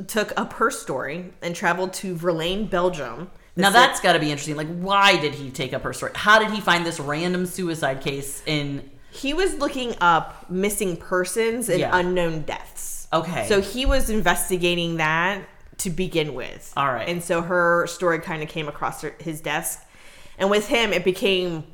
took up her story and traveled to Verlaine, Belgium.
Now
This-
that's got to be interesting. Like, why did he take up her story? How did he find this random suicide case in?
he was looking up missing persons and
Yeah.
unknown deaths.
Okay.
So he was investigating that to begin with.
All right.
And so her story kind of came across her, his desk. And with him, it became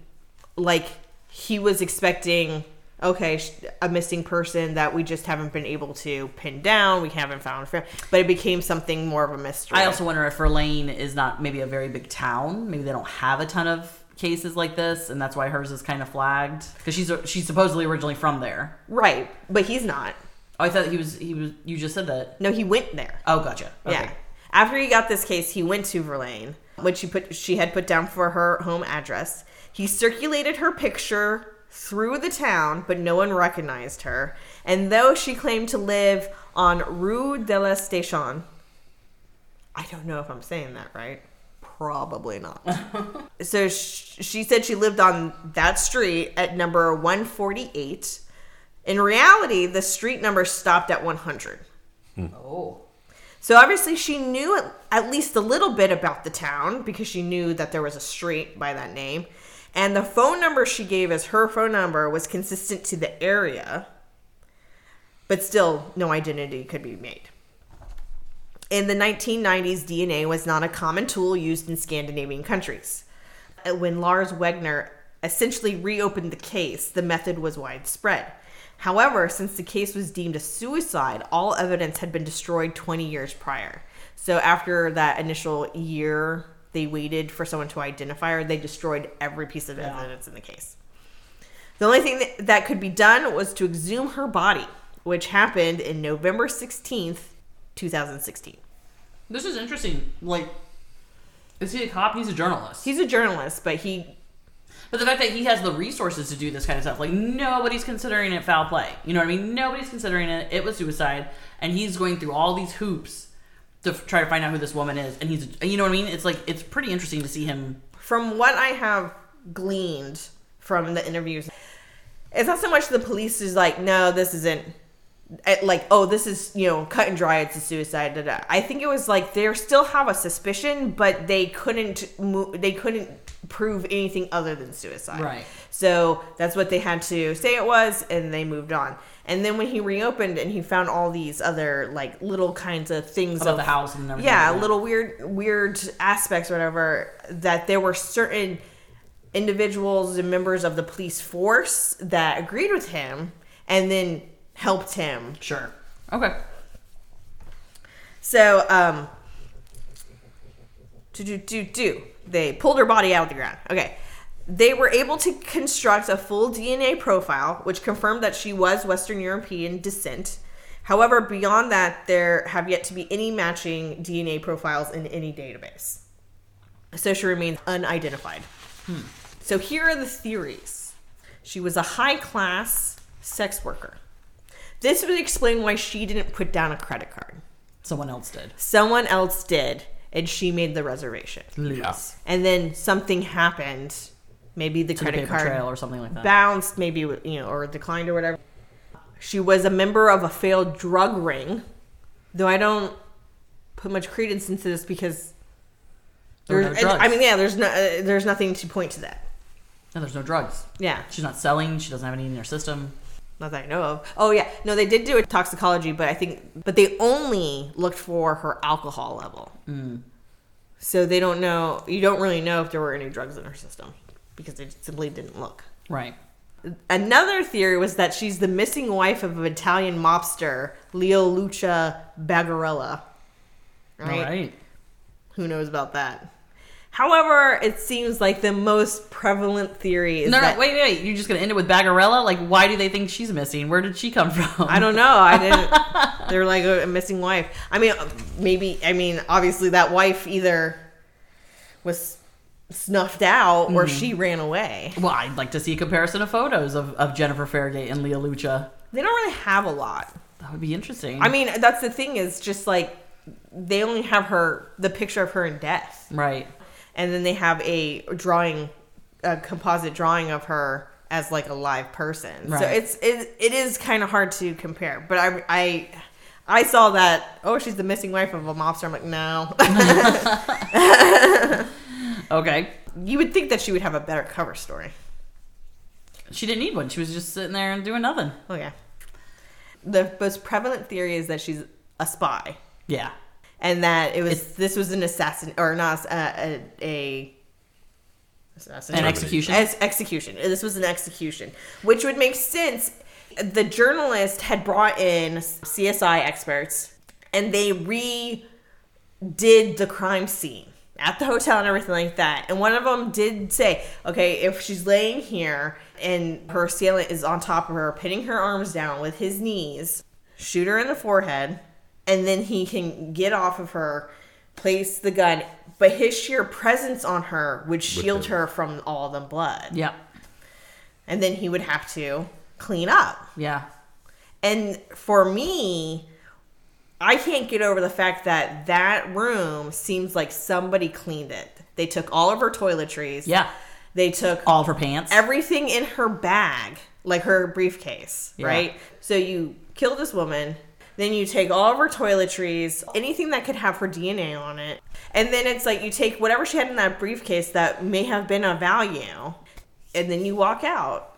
like he was expecting, okay, sh- a missing person that we just haven't been able to pin down. We haven't found. fa- But it became something more of a mystery.
I also wonder if Verlaine is not maybe a very big town. Maybe they don't have a ton of cases like this, and that's why hers is kind of flagged because she's she's supposedly originally from there.
Right. But he's not.
Oh, I thought he was he was. You just said that.
No, he went there.
Oh, gotcha. Okay.
Yeah. After he got this case, he went to Verlaine, which she put she had put down for her home address. He circulated her picture through the town, but no one recognized her. And though she claimed to live on Rue de la Station, I don't know if I'm saying that right. Probably not. so sh- she said she lived on that street at number 148. In reality, the street number stopped at 100.
Oh.
So obviously she knew at- at least a little bit about the town because she knew that there was a street by that name. And the phone number she gave as her phone number was consistent to the area. But still no identity could be made. In the 1990s, DNA was not a common tool used in Scandinavian countries. Uh, When Lars Wegner essentially reopened the case, the method was widespread. However, since the case was deemed a suicide, all evidence had been destroyed 20 years prior. So after that initial year, they waited for someone to identify her, they destroyed every piece of evidence in the case. The only thing that, that could be done was to exhume her body, which happened in November 16th, 2016.
This is interesting. Like, is he a cop? He's a journalist.
He's a journalist, but he
But the fact that he has the resources to do this kind of stuff, like nobody's considering it foul play. You know what I mean? Nobody's considering it. It was suicide, and he's going through all these hoops to f- try to find out who this woman is. And he's, you know what I mean? It's like it's pretty interesting to see him.
from what I have gleaned from the interviews, it's not so much the police is like, no, this isn't, eh, like, oh, this is, you know, cut and dry, it's a suicide. Da, da. I think it was like they still have a suspicion, but they couldn't, mo- they couldn't prove anything other than suicide.
Right.
So that's what they had to say it was, and they moved on. And then when he reopened and he found all these other like little kinds of things
About
of-
the house and everything
Yeah,
like that.
little weird weird aspects or whatever that there were certain individuals and members of the police force that agreed with him and then helped him.
Sure. Okay.
So um do do do do they pulled her body out of the ground. Okay. They were able to construct a full DNA profile, which confirmed that she was Western European descent. However, beyond that, there have yet to be any matching DNA profiles in any database. So she remains unidentified. Hmm. So here are the theories she was a high class sex worker. This would explain why she didn't put down a credit card
Someone else did.
someone else did and she made the reservation.
Yeah.
And then something happened. Maybe the
Paper
credit card
trail or something like that.
bounced, maybe you know, or declined or whatever. She was a member of a failed drug ring, though I don't put much credence into this because
There were
there's,
no drugs.
I mean, yeah, there's no, uh, there's nothing to point to that.
No, there's no drugs.
Yeah,
She's not selling. She doesn't have any in her system.
not that I know of. Oh yeah, no, they did do a toxicology, but I think, but they only looked for her alcohol level.
Mm.
So they don't know. You don't really know if there were any drugs in her system because they simply didn't look.
Right.
Another theory was that she's the missing wife of an Italian mobster, Leo Lucia Bagarella. Right?
All right.
Who knows about that? However, it seems like the most prevalent theory is
No,
that
no, wait, wait. You're just gonna end it with Bagarella? Like, why do they think she's missing? Where did she come from?
I don't know. I didn't. They're like a missing wife. I mean, uh, maybe. I mean, obviously, that wife either was snuffed out or she ran away.
Well, I'd like to see a comparison of photos of, of Jennifer Farragate and Leah Lucha.
They don't really have a lot.
That would be interesting.
I mean, that's the thing is just like they only have her the picture of her in death,
right.
and then they have a drawing, a composite drawing of her as like a live person.
Right.
So it's it, it is kind of hard to compare. But I I I saw that oh she's the missing wife of a mobster. I'm like no,
Okay.
you would think that she would have a better cover story.
She didn't need one. She was just sitting there and doing nothing.
Oh yeah. The most prevalent theory is that she's a spy.
Yeah.
and that it was this was an assassin or not uh, a, a
An
assassination
execution.
As execution. This was an execution, which would make sense. The journalist had brought in CSI experts, and they redid the crime scene at the hotel and everything like that. And one of them did say, "Okay, if she's laying here and her assailant is on top of her, pinning her arms down with his knees, shoot her in the forehead, and then he can get off of her, place the gun." But his sheer presence on her would shield
him.
her from all the blood
Yeah.
and then he would have to clean up.
Yeah.
And for me, I can't get over the fact that that room seems like somebody cleaned it. They took all of her toiletries.
Yeah.
They took
All of her pants.
everything in her bag, like her briefcase,
Yeah.
right? So you kill this woman, then you take all of her toiletries, anything that could have her DNA on it, and then it's like you take whatever she had in that briefcase that may have been of value, and then you walk out.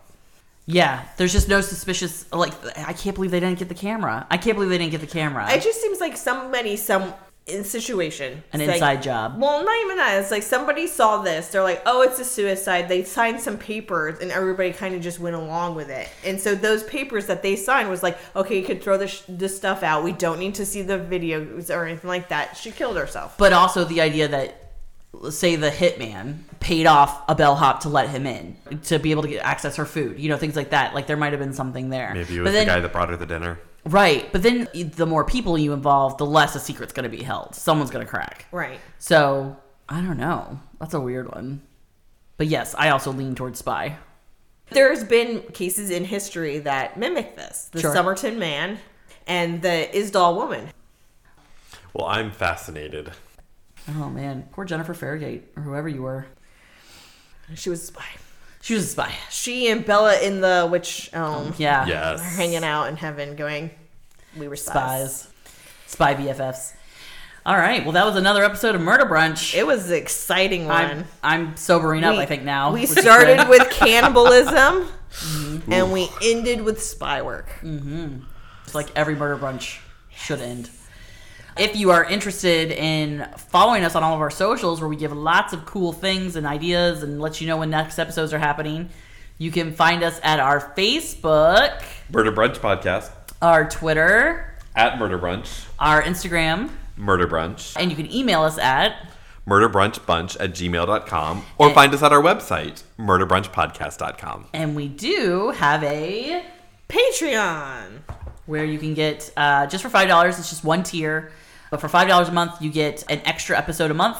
yeah. There's just no suspicious. Like, I can't believe they didn't get the camera. I can't believe they didn't get the camera.
It just seems like somebody, some in situation,
An
It's like-
inside job.
Well, not even that. It's like somebody saw this. They're like, "Oh, it's a suicide." They signed some papers, and everybody kind of just went along with it. And so those papers that they signed was like, "Okay, you could throw this this stuff out. We don't need to see the videos or anything like that." She killed herself.
but also the idea that say the hitman paid off a bellhop to let him in to be able to get access her food you know things like that like there might have been something there
Maybe it
but
was
then,
the guy that brought her the dinner.
right but then the more people you involve the less a secret's going to be held someone's going to crack
Right.
so i don't know that's a weird one but yes i also lean towards spy
There's been cases in history that mimic this: the
Sure.
Somerton man and the Isdal woman.
Well, I'm fascinated.
oh man poor jennifer farragate or whoever you were
She was a spy.
she was a spy
She and Bella in the um, witch elm.
Um, yeah
are
Yes.
hanging out in heaven going we were spies.
spies spy bffs all right well that was another episode of murder brunch
it was an exciting one
I'm, I'm sobering up, I think, now.
we
which is
started
good. Mm-hmm.
with cannibalism and we ended with spy work
Mm. It's like every murder brunch should end. If you are interested in following us on all of our socials, where we give lots of cool things and ideas and let you know when next episodes are happening, you can find us at our Facebook,
Murder Brunch Podcast
our Twitter,
at Murder Brunch,
our Instagram,
Murder Brunch,
and you can email us at
murderbrunchbunch at gmail.com, or find us at our website, murderbrunchpodcast.com.
and we do have a
patreon
where you can get uh, just for five dollars. It's just one tier, but for five dollars a month, you get an extra episode a month.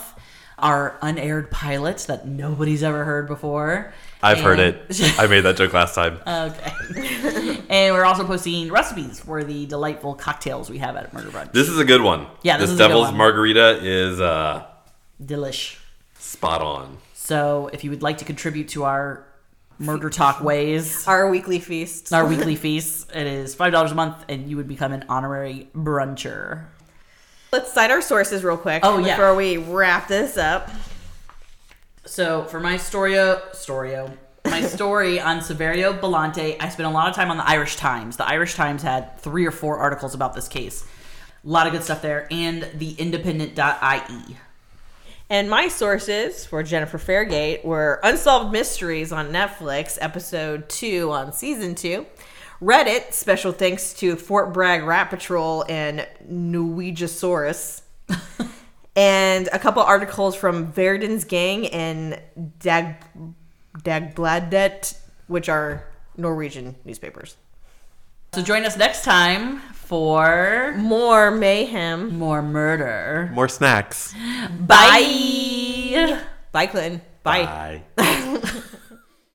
our unaired pilot that nobody's ever heard before.
I've heard
And-
it. I made that joke last time.
Okay. and we're also posting recipes for the delightful cocktails we have at Murder Brunch.
This is a good one.
Yeah, this
this
is a good
devil's
one.
margarita is uh,
Delish.
spot on.
So if you would like to contribute to our Murder Talk ways,
Our weekly feast.
our weekly feast, it is $5 a month and you would become an honorary bruncher.
Let's cite our sources real quick
Oh, yeah.
before we wrap this up.
So for my storio, storio, my story on Severio Belante, I spent a lot of time on the Irish Times. The Irish Times had three or four articles about this case. A lot of good stuff there, and the Independent.ie.
And my sources for Jennifer Fairgate were Unsolved Mysteries on Netflix, episode two on season two. Reddit, special thanks to Fort Bragg Rat Patrol and Nuigasaurus. and a couple articles from Verdun's Gang and Dag Dagbladet, which are Norwegian newspapers.
So join us next time for
More mayhem.
more murder.
More snacks.
Bye.
Bye, Clinton. Bye.
Bye.